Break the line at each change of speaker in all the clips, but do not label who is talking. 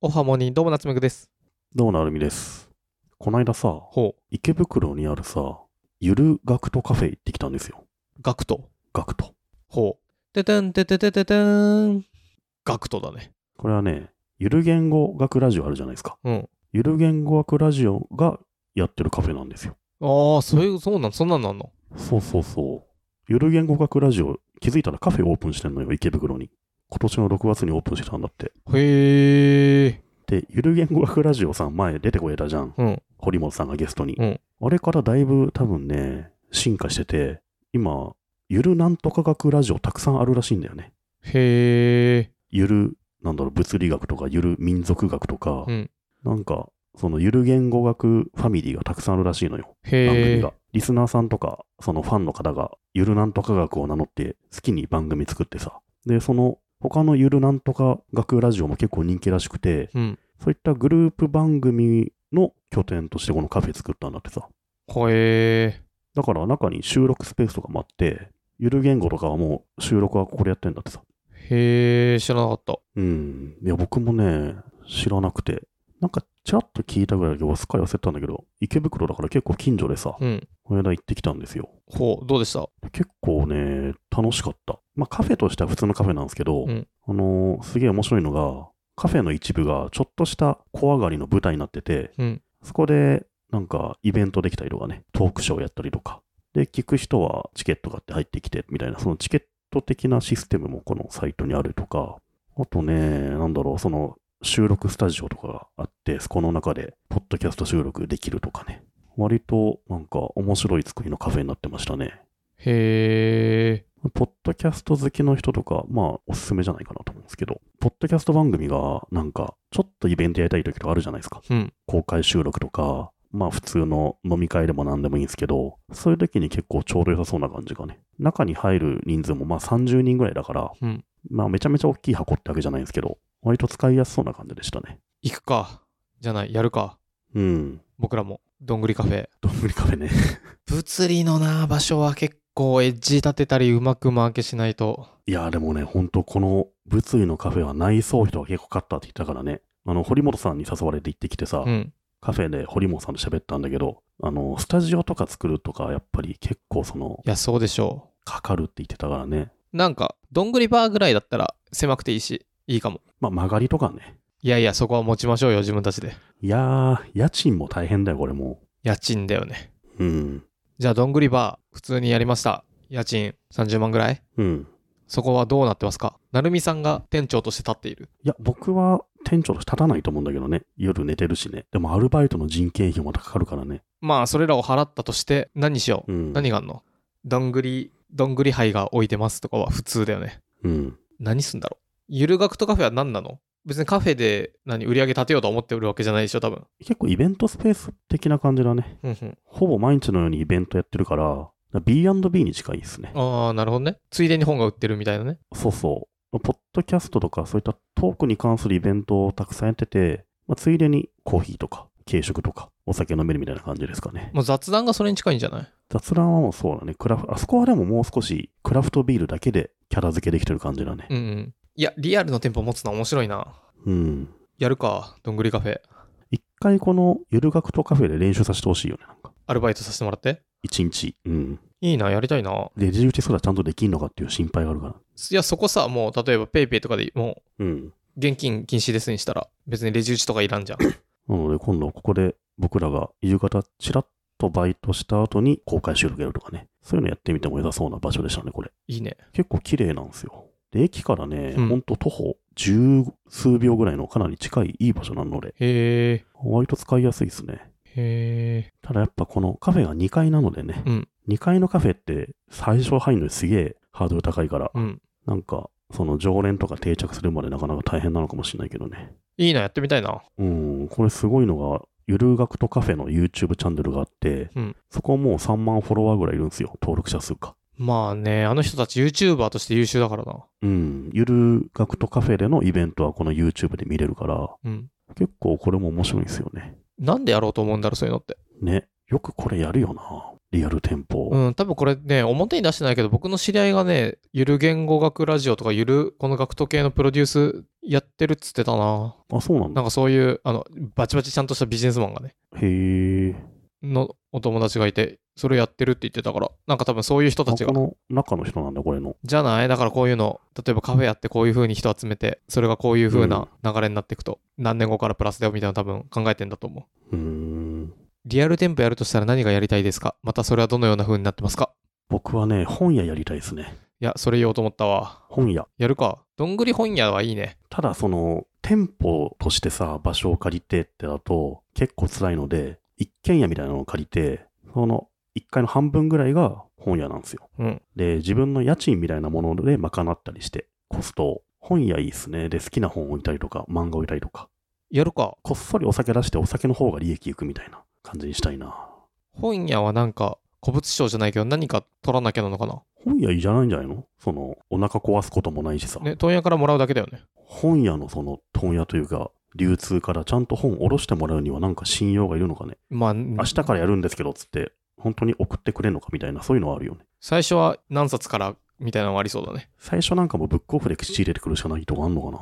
おはもに、どうもなつめぐです。
どうもなるみです。こないださ、
ほ
池袋にあるさ、ゆるガクトカフェ行ってきたんですよ。
う、ガクト。
ガクト。
ほう。ててんてててててーん。ガクトだね。
これはね、ゆる言語学ラジオあるじゃないですか。
うん。
ゆる言語学ラジオがやってるカフェなんですよ。
ああ、そういう、そうなん、そんなんなんの
そうそうそう。ゆる言語学ラジオ、気づいたらカフェオープンしてんのよ、池袋に。今年の6月にオープンしてたんだって。
へえ。
で、ゆる言語学ラジオさん前出てこえたじゃん。
うん。
堀本さんがゲストに。
うん
あれからだいぶ多分ね、進化してて、今、ゆるなんとか学ラジオたくさんあるらしいんだよね。
へえ。
ゆる、なんだろう、物理学とか、ゆる民族学とか、
うん。
なんか、そのゆる言語学ファミリーがたくさんあるらしいのよ、番
へ
組
え
が。。リスナーさんとか、そのファンの方が、ゆるなんとか学を名乗って、好きに番組作ってさ。で、その、他のゆるなんとか学ラジオも結構人気らしくて、
うん。
そういったグループ番組の拠点としてこのカフェ作ったんだってさ。
ほえ
だから中に収録スペースとかもあって、ゆる言語とかはもう収録はここでやってんだってさ。
ー。へえ、知らなかった。
うん。いや、僕もね、知らなくて。なんか、ちらっと聞いたぐらいだけど、すっかり忘れてたんだけど、池袋だから結構近所でさ、
うん。
この間行ってきたんですよ。
ほう、どうでした
結構ね、楽しかった。まあ、カフェとしては普通のカフェなんですけど、
うん
あのーすげえ面白いのが、カフェの一部がちょっとした小上がりの舞台になってて、
うん。
そこで、なんか、イベントできたりとかね、トークショーやったりとか。で、聞く人はチケット買って入ってきて、みたいな、そのチケット的なシステムもこのサイトにあるとか、あとね、なんだろう、その、収録スタジオとかがあって、そこの中で、ポッドキャスト収録できるとかね。割と、なんか、面白い作りのカフェになってましたね。
へえ。
ポッドキャスト好きの人とか、まあ、おすすめじゃないかなと思うんですけど、ポッドキャスト番組が、なんか、ちょっとイベントやりたい時とかあるじゃないですか。
うん。
公開収録とか、まあ普通の飲み会でも何でもいいんですけど、そういう時に結構ちょうど良さそうな感じがね。中に入る人数もまあ30人ぐらいだから、
うん
まあめちゃめちゃ大きい箱ってわけじゃないんですけど、割と使いやすそうな感じでしたね。
行くか。じゃない、やるか。
うん。
僕らも。どんぐりカフェ。
どんぐりカフェね。
物理のな、場所は結構エッジ立てたり、うまくマーケしないと。
いやーでもね、ほんとこの物理のカフェは内装費とか結構かかったって言ったからね、あの、堀本さんに誘われて行ってきてさ、
うん。
カフェで堀本さんと喋ったんだけど、あの、スタジオとか作るとか、やっぱり結構その、
いや、そうでしょう。
かかるって言ってたからね。
なんか、どんぐりバーぐらいだったら狭くていいし、いいかも。
まあ曲がりとかね、
いやいや、そこは持ちましょうよ、自分たちで。
いやー、家賃も大変だよ、これも
家賃だよね。
う。うん。
じゃあ、どんぐりバー、普通にやりました。家賃30万ぐらい
うん。
そこはどうなってますかなるみさんが店長として立っている。
いや、僕は店長として立たないと思うんだけどね。夜寝てるしね。でもアルバイトの人件費もかかるからね。
まあ、それらを払ったとして、何しよう。
うん。
何があんのどんぐり、どんぐり杯が置いてますとかは普通だよね。
うん。
何すんだろう。ゆる学とカフェは何なの別にカフェで何売り上げ立てようと思っておるわけじゃないでしょ、多分。
結構イベントスペース的な感じだね。
うんうん。
ほぼ毎日のようにイベントやってるから、B&B に近いですね。
ああ、なるほどね。ついでに本が売ってるみたいなね。
そうそう。ポッドキャストとかそういったトークに関するイベントをたくさんやってて、まあ、ついでにコーヒーとか軽食とかお酒飲めるみたいな感じですかね。
もう雑談がそれに近いんじゃない
雑談はもうそうだね。クラフあそこはでももう少しクラフトビールだけでキャラ付けできてる感じだね
う。んうん。いや、リアルの店舗持つの面白いな。
うん。
やるか、どんぐりカフェ。
一回このゆる学徒カフェで練習させてほしいよね。なんか。
アルバイトさせてもらって。
一日。うん。
いいな、やりたいな。
で、レジ打ちすらちゃんとできんのかっていう心配があるから。
いや、そこさ、もう、例えば PayPay ペイペイとかでも
うん。
う、現金禁止ですにしたら、別にレジ打ちとかいらん じゃん。
なので今度ここで僕らが夕方ちらっとバイトした後に公開収録やるとかね。そういうのやってみても良さそうな場所でしたね、これ。
いいね。
結構綺麗なんですよ。で、駅からね、
うん
ほんと徒歩十数秒ぐらいのかなり近いいい場所なので、
へえ。
割と使いやすいですね。
へえ。
ただやっぱこのカフェが2階なのでね、
うん
2階のカフェって最初入るのにすげえハードル高いから、
うん。
なんかその常連とか定着するまでなかなか大変なのかもしれないけどね。
いいな、やってみたいな。
うん、これすごいのが、ゆる学とカフェの YouTube チャンネルがあって、
うん
そこもう3万フォロワーぐらいいるんですよ、登録者数が。
まあね、あの人たち YouTuber として優秀だからな。
うん、ゆる学とカフェでのイベントはこの YouTube で見れるから、
うん。
結構これも面白いんですよね。
なんでやろうと思うんだろう、そういうのって。
ね、よくこれやるよな。リアル店舗。
うん、多分これね、表に出してないけど、僕の知り合いがね、ゆる言語学ラジオとか、ゆるこの学徒系のプロデュースやってるっつってたな。
あ、そうなん
な
だ。
んかそういう、あの、バチバチちゃんとしたビジネスマンがね、
へえ。
のお友達がいて、それやってるって言ってたから、なんか多分そういう人た
あ
ち
こ
が。
の中の人なんだ、これの。
じゃないだからこういうの、例えばカフェやってこういう風に人集めて、それがこういう風な流れになっていくと、何年後からプラスだよみたいなの多分考えてんだと思う。
うーん。
リアル店舗やるとしたら何がやりたいですかまたそれはどのような風になってますか
僕はね、本屋やりたいですね。
いや、それ言おうと思ったわ。
本屋。
やるか。どんぐり本屋はいいね。
ただ、その、店舗としてさ、場所を借りてってだと、結構辛いので、一軒家みたいなのを借りて、その、一階の半分ぐらいが本屋なんですよ。
うん。
で、自分の家賃みたいなもので賄ったりして、コストを。本屋いいっすね。で、好きな本置いたりとか、漫画置いたりとか。
やるか。
こっそりお酒出してお酒の方が利益いくみたいな感じにしたいな。
本屋はなんか、古物商じゃないけど何か取らなきゃなのかな。
本屋いいじゃないんじゃないのその、お腹壊すこともないしさ。
ね、問屋からもらうだけだよね。
本屋のその問屋というか、流通からちゃんと本下ろしてもらうにはなんか信用がいるのかね。
まあ、
明日からやるんですけど、つって、本当に送ってくれるのかみたいな、そういうのはあるよね。
最初は何冊からみたいなのがありそうだね。
最初なんかもブックオフで仕入れてくるしかないとかあんのかな。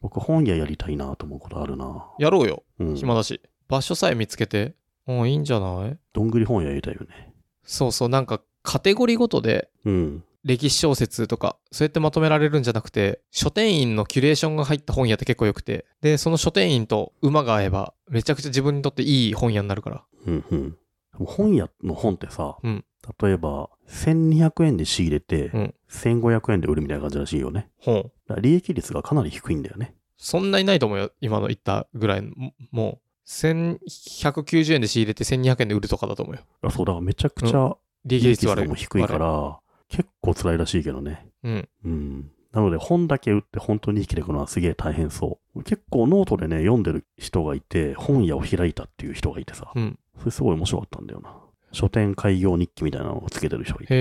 僕本屋やりたいなと思うことあるな。
やろうよ。
うん。
暇だし。場所さえ見つけて。うん、いいんじゃない
どんぐり本屋やりたいよね。
そうそう、なんかカテゴリーごとで
うん。
歴史小説とか、そうやってまとめられるんじゃなくて、書店員のキュレーションが入った本屋って結構良くて、で、その書店員と馬が合えば、めちゃくちゃ自分にとっていい本屋になるから。
うんうん。でも本屋の本ってさ、
うん
例えば、1200円で仕入れて、
うん
1500円で売るみたいな感じらしいよね。
本。
だから利益率がかなり低いんだよね。
そんなにないと思うよ、今の言ったぐらいの。ももう、1190円で仕入れて1200円で売るとかだと思うよ。
あそう、だからめちゃくちゃ
利益
利益
率
率
悪い。
も低いか
悪
ら、結構辛いらしいけどね。
い。うん。
うん。なので本だけ売って本当に生きていくのはすげえ大変そう。結構ノートでね、読んでる人がいて、本屋を開いたっていう人がいてさ、
うん。
それすごい面白かったんだよな。書店開業日記みたいなのをつけてる人がいて、
へ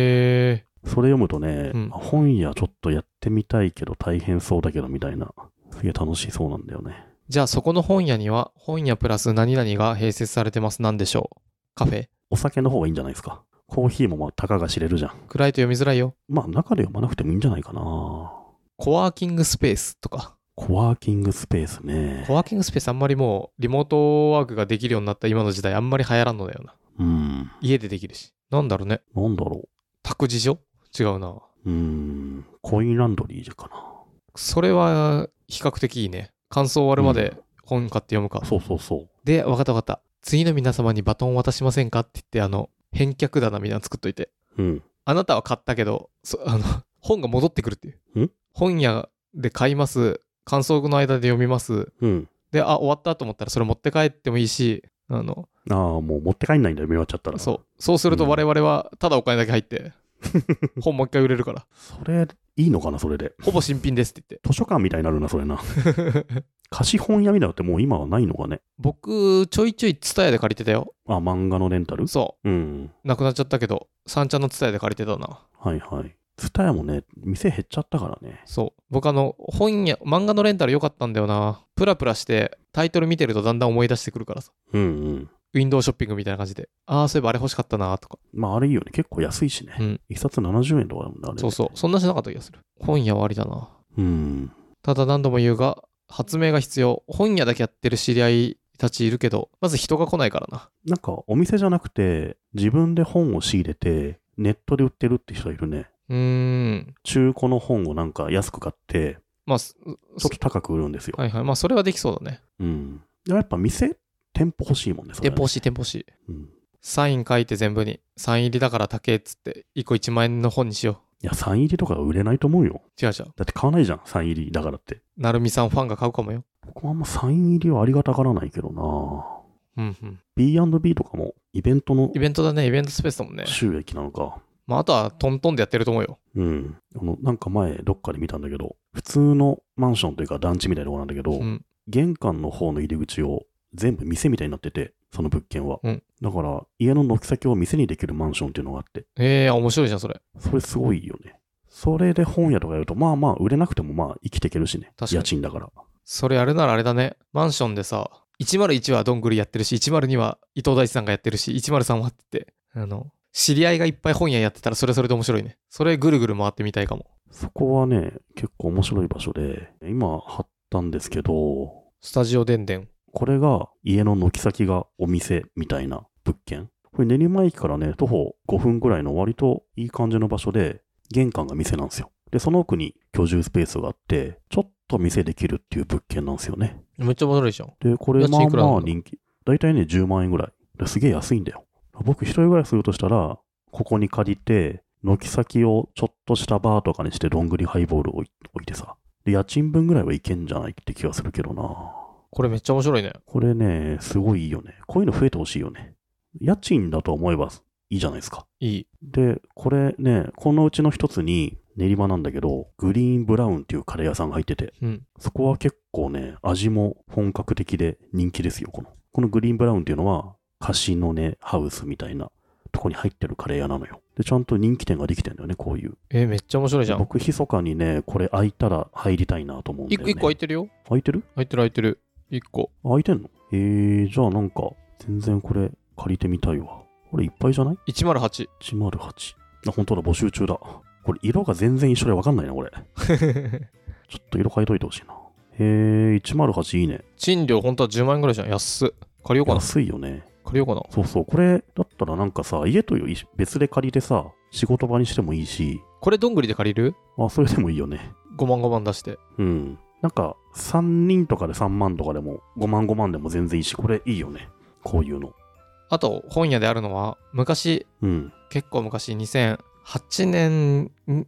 え。
それ読むとね、
うん
あ本屋ちょっとやってみたいけど大変そうだけどみたいな、すげえ楽しそうなんだよね。
じゃあそこの本屋には、本屋プラス何々が併設されてます。なんでしょうカフェ
お酒の方がいいんじゃないですか。コーヒーもまあ、たかが知れるじゃん。
暗いと読みづらいよ。
まあ、中で読まなくてもいいんじゃないかな。コ
コワーキングスペースとか。
ワーキングスペースね
コ。ワーキングスペースあんまりもう、リモートワークができるようになった今の時代、あんまり流行らんのだよな。
うん。
家でできるし。なんだろうね。
なんだろ
託児所違うな。
う。うん。コインランドリーかな。
それは、比較的いいね。感想終わるまで本買って読むか。
そうそうそう。
で、わかったわかった。次の皆様にバトン渡しませんかって言って、あの、返却棚みたいなの作っといて。
うん。。
あなたは買ったけど、そ あの、本が戻ってくるっていうん本屋で買います。感想の間で読みます。
うん。
で、あ、終わったと思ったらそれ持って帰ってもいいし、あの、
ああ、もう持って帰んないんだよ、見終わっちゃったら。う。
そう。そうすると我々は、ただお金だけ入って、本もう一回売れるから、
それ、いいのかな、それで。
ほぼ新品ですって
図書館みたいになるな、それ な。
言って。
貸本屋みたいなのってもう今はないのかね。
僕、ちょいちょいツタヤで借りてたよ。
あ、漫画のレンタル
そ
うん。
う。なくなっちゃったけど、三茶のツタヤで借りてたな。
はいはい。ツタヤもね、店減っちゃったからね。
そう。僕あの、本や、漫画のレンタル良かったんだよな。プラプラして、タイトル見てるとだんだん思い出してくるからさ。
うんうん。
ウィンドウショッピングみたいな感じで。ああ、そういえばあれ欲しかったなとか。
まあ、あれいいよね。結構安いしね。
うん
一冊70円とかだもんね、あれ。
そうそう。そんなしなかった気がする。本屋はありだな。
う。うん。
ただ何度も言うが、発明が必要。本屋だけやってる知り合いたちいるけど、まず人が来ないからな。
なんか、お店じゃなくて、自分で本を仕入れて、ネットで売ってるって人いるね。
うーん。
中古の本をなんか安く買って、
まあ、す
ちょっと高く売るんですよ。
はいはい。まあ、それはできそうだね。
うん。でもやっぱ店、店舗欲しいもんね、それ
店
は
舗欲しい、店舗欲しい。
うん。
サイン書いて全部に。サイン入りだから高えっつって、1個1万円の本にしよ
いや、サイン入りとか売れないと思うよ。
う。違う違う。
だって買わないじゃん、サイン入りだからって。
なるみさんファンが買うかもよ。
僕もあんまサイン入りはありがたがらないけどな
うんうん。
B&B とかもイベントの
イベントだね、イベントスペースだもんね。
収益なのか。
まあ、あとはトントンでやってると思うよ。
うん。あの、なんか前、どっかで見たんだけど、普通のマンションというか団地みたいなとこなんだけど、
うん。
玄関の方の入り口を全部店みたいになってて、その物件は。
うん
だから、家の軒先を店にできるマンションっていうのがあって、
ええ面白いじゃん、それ。
それすごいよね。それで本屋とかやると、まあまあ、売れなくてもまあ、生きていけるしね。
確かに
家賃だから。
それあれならあれだね。マンションでさ、101はどんぐりやってるし、102は伊藤大地さんがやってるし、103はって言って、あの、知り合いがいっぱい本屋やってたらそれはそれで面白いね。それぐるぐる回ってみたいかも。
そこはね、結構面白い場所で、今貼ったんですけど、
スタジオでんでん。
これが家の軒先がお店みたいな物件。これ練馬駅からね、徒歩5分ぐらいの割といい感じの場所で、玄関が店なんですよ。で、その奥に居住スペースがあって、ちょっと店できるっていう物件なんですよね。
めっちゃ面白いじゃん。
で、これ
家
まあ
賃いくらな
ま
ん
あ
だ
人気。だいたいね、10万円ぐらい。ですげえ安いんだよ。僕一人ぐらいするとしたら、ここに借りて、軒先をちょっとしたバーとかにして、どんぐりハイボールを置い置いてさ。で、家賃分ぐらいはいけんじゃないって気がするけどな。
これめっちゃ面白いね。
これね、すごいいいよね。こういうの増えてほしいよね。家賃だと思えばいいじゃないですか。
いい。
で、これね、このうちの一つに練馬なんだけど、グリーンブラウンっていうカレー屋さんが入ってて、
うん。
そこは結構ね、味も本格的で人気ですよ、この。このグリーンブラウンっていうのは、貸しのね、ハウスみたいなとこに入ってるカレー屋なのよ。で、ちゃんと人気店ができてんだよね、こういう。
え、めっちゃ面白いじゃん。
僕、密かにね、これ開いたら入りたいなと思うんだ
一
よ
個
ね。
一個空いてるよ。
開いてる
空いてる空いてる。一個。
空いてんのえー、じゃあなんか、全然これ借りてみたいわ。これいっぱいじゃない
108。
?108。あ、本当だ、募集中だ。これ色が全然一緒でわかんないな、こ れ。ちょっと色変えといてほしいな。えー、108いいね。
賃料本当は10万円ぐらいじゃん。安っ。借りようかな。
安いよね。
借りようかな。
そうそう、これだったらなんかさ、家という別で借りてさ、仕事場にしてもいいし、
これどんぐりで借りる
あ、それでもいいよね。
?5 万5万出して。
うん。なんか、3人とかで3万とかでも、5万5万でも全然いいし、これいいよね。こういうの。
あと、本屋であるのは、昔、
うん。
結構昔、2008年、ん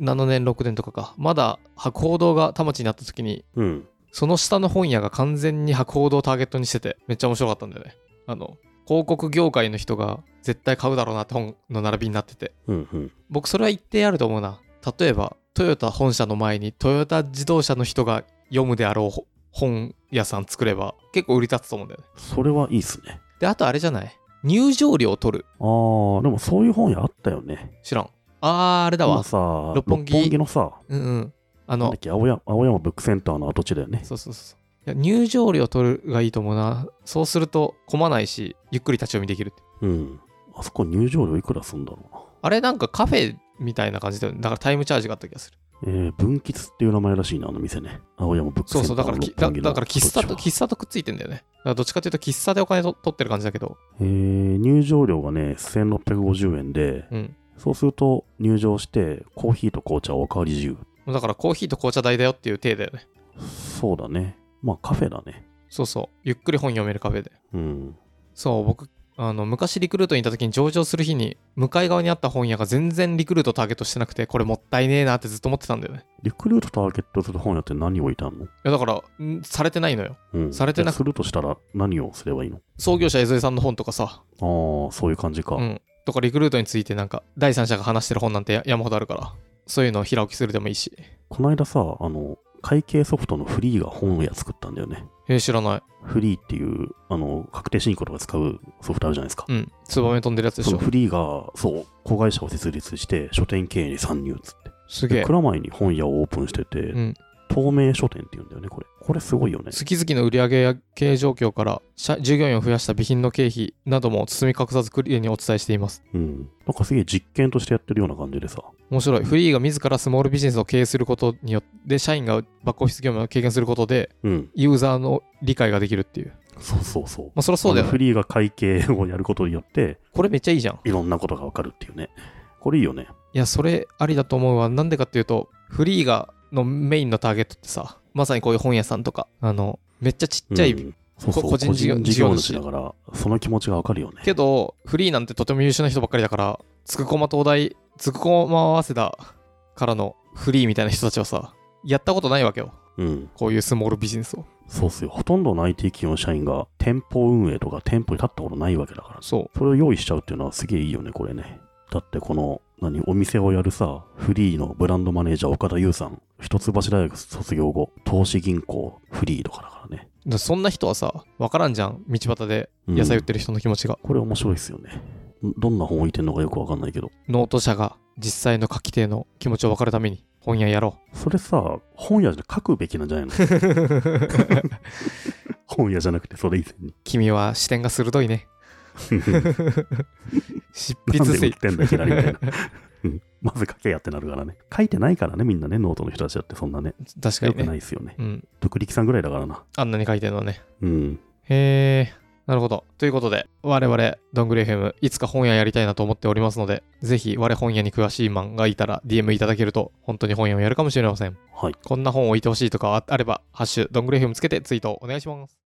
7年、6年とかか。まだ、博報堂が田町にあった時に、
うん。
その下の本屋が完全に博報堂をターゲットにしてて、めっちゃ面白かったんだよね。あの、広告業界の人が絶対買うだろうなって本の並びになってて。
うんうん。
僕、それは一定あると思うな。例えば、トヨタ本社の前にトヨタ自動車の人が読むであろう本屋さん作れば、結構売り立つと思うんだよね。
それはいいっすね。
で、あとあれじゃない入場料を取る。
あー、でもそういう本屋あったよね。
知らん。あー、あれだわ
今。さ、六
本木
のさ、
うんうん。あ
なん
の
だっ、け青山、青山ブックセンターの跡地だよね。
そうそうそう。いや入場料取るがいいと思うな。そうすると混まないし、ゆっくり立ち読みできるって。
うん。あそこ入場料いくらすんだろ
あれなんかカフェみたいな感じだよね。だからタイムチャージがあった気がする。
うな。えー、分吉っていう名前らしいな、あの店ね。青山ブックセ
そ
ン
う
タ
そ
ー
う。
の
だからき
六
だだから喫茶
本木の
と
跡地は
喫茶とくっついてんだよね。だからどっちかっていうと喫茶でお金と取ってる感じだけど。
えー、入場料がね、1650円で、
うん。
そうすると入場して、コーヒーと紅茶おかわり自由。
だからコーヒーと紅茶代だよっていう体だよね。
そうだね。まあカフェだね。
そうそう。ゆっくり本読めるカフェで。
うん。
そう、僕、あの昔リクルートにいた時に上場する日に向かい側にあった本屋が全然リクルートターゲットしてなくてこれもったいねえなってずっと思ってたんだよね。
リクルートターゲットする本屋って何をいたの
いやだからんされてないのよ。
うん。
されてなく
じゃあするとしたら何をすればいいの
創業者江添さんの本とかさ、
ああ、そういう感じか。
うん、とかリクルートについてなんか第三者が話してる本なんてや山ほどあるからそういうのを平置きするでもいいし
この間さ、あの、会計ソフトのフリーが本屋作ったんだよね。
えー知らない
フリーっていう、あの、確定申告とか使うソフトあるじゃないですか。
うんツバメ飛んでるやつで
そ
し
の
ょ
フリーが、そう、子会社を設立して、書店経営に参入っつって。
すげ
で
え
蔵前に本屋をオープンしてて、
うん
透明書店って言うんだよね、これ。これすごいよね。
月々の売上経営状況から社従業員を増やした備品の経費なども包み隠さずクリアにお伝えしています
うん。なんかすげえ実験としてやってるような感じでさ。
面白いフリーが自らスモールビジネスを経営することによって社員がバックオフィス業務を経験することで
うん。
ユーザーの理解ができるっていう
そうそうそう。
まあそりゃそうだ
あ
よね
のフリーが会計をやることによって、
これめっちゃいいじゃん
いろんなことがわかるっていうね。これいいよね。
いや、それありだと思うわ。なんでかっていうと、フリーがのメインのターゲットってさ、まさにこういう本屋さんとか、あの、めっちゃちっちゃい、
うんそうそう
こ
個
個
人
人
事
事
業
業
主だから、その気持ちがわかるよね。
けど、フリーなんてとても優秀な人ばっかりだから、つくこま東大、つくこま早稲田からのフリーみたいな人たちはさ、やったことないわけよ。
うん、
こういうスモールビジネスを。
そうっすよ。ほとんどの IT 企業の社員が店舗運営とか店舗に立ったことないわけだから、
そ
それを用意しちゃうっていうのはすげえいいよね、これね。だってこの、何、お店をやるさ、フリーのブランドマネージャー岡田優さん、一橋大学卒業後、投資銀行フリーとかだからね。
う。だそんな人はさ、わからんじゃん。道端で
うん
野菜売ってる人の気持ちが。
これ面白いっすよね。どんな本置いてんのかよくわかんないけど。
ノート社が実際の書き手の気持ちを分かるために本屋やろ
それさ、本屋で書くべきなんじゃないの
う。
本屋じゃなくてそれ以前に。
君は視点が鋭いね。執
な
筆
んで売
水
っ。てんだいきなり みたいな。うんまず書けやってなるからね。書いてないからね、みんなね、ノートの人たちだってそんなね、
確か
よ
に
くな
ね。
いですよね。
うん。
独力さんぐらいだからな。
あんなに書いてるのはね。
うん。
へえ、なるほど。ということで、我々、どんぐり FM、いつか本屋やりたいなと思っておりますので、ぜひ、我本屋に詳しいマンがいたら、DM いただけると、本当に本屋をやるかもしれません。
はい。
こんな本を置いてほしいとかああれば、ハッシュ、どんぐり FM つけてツイートお願いします。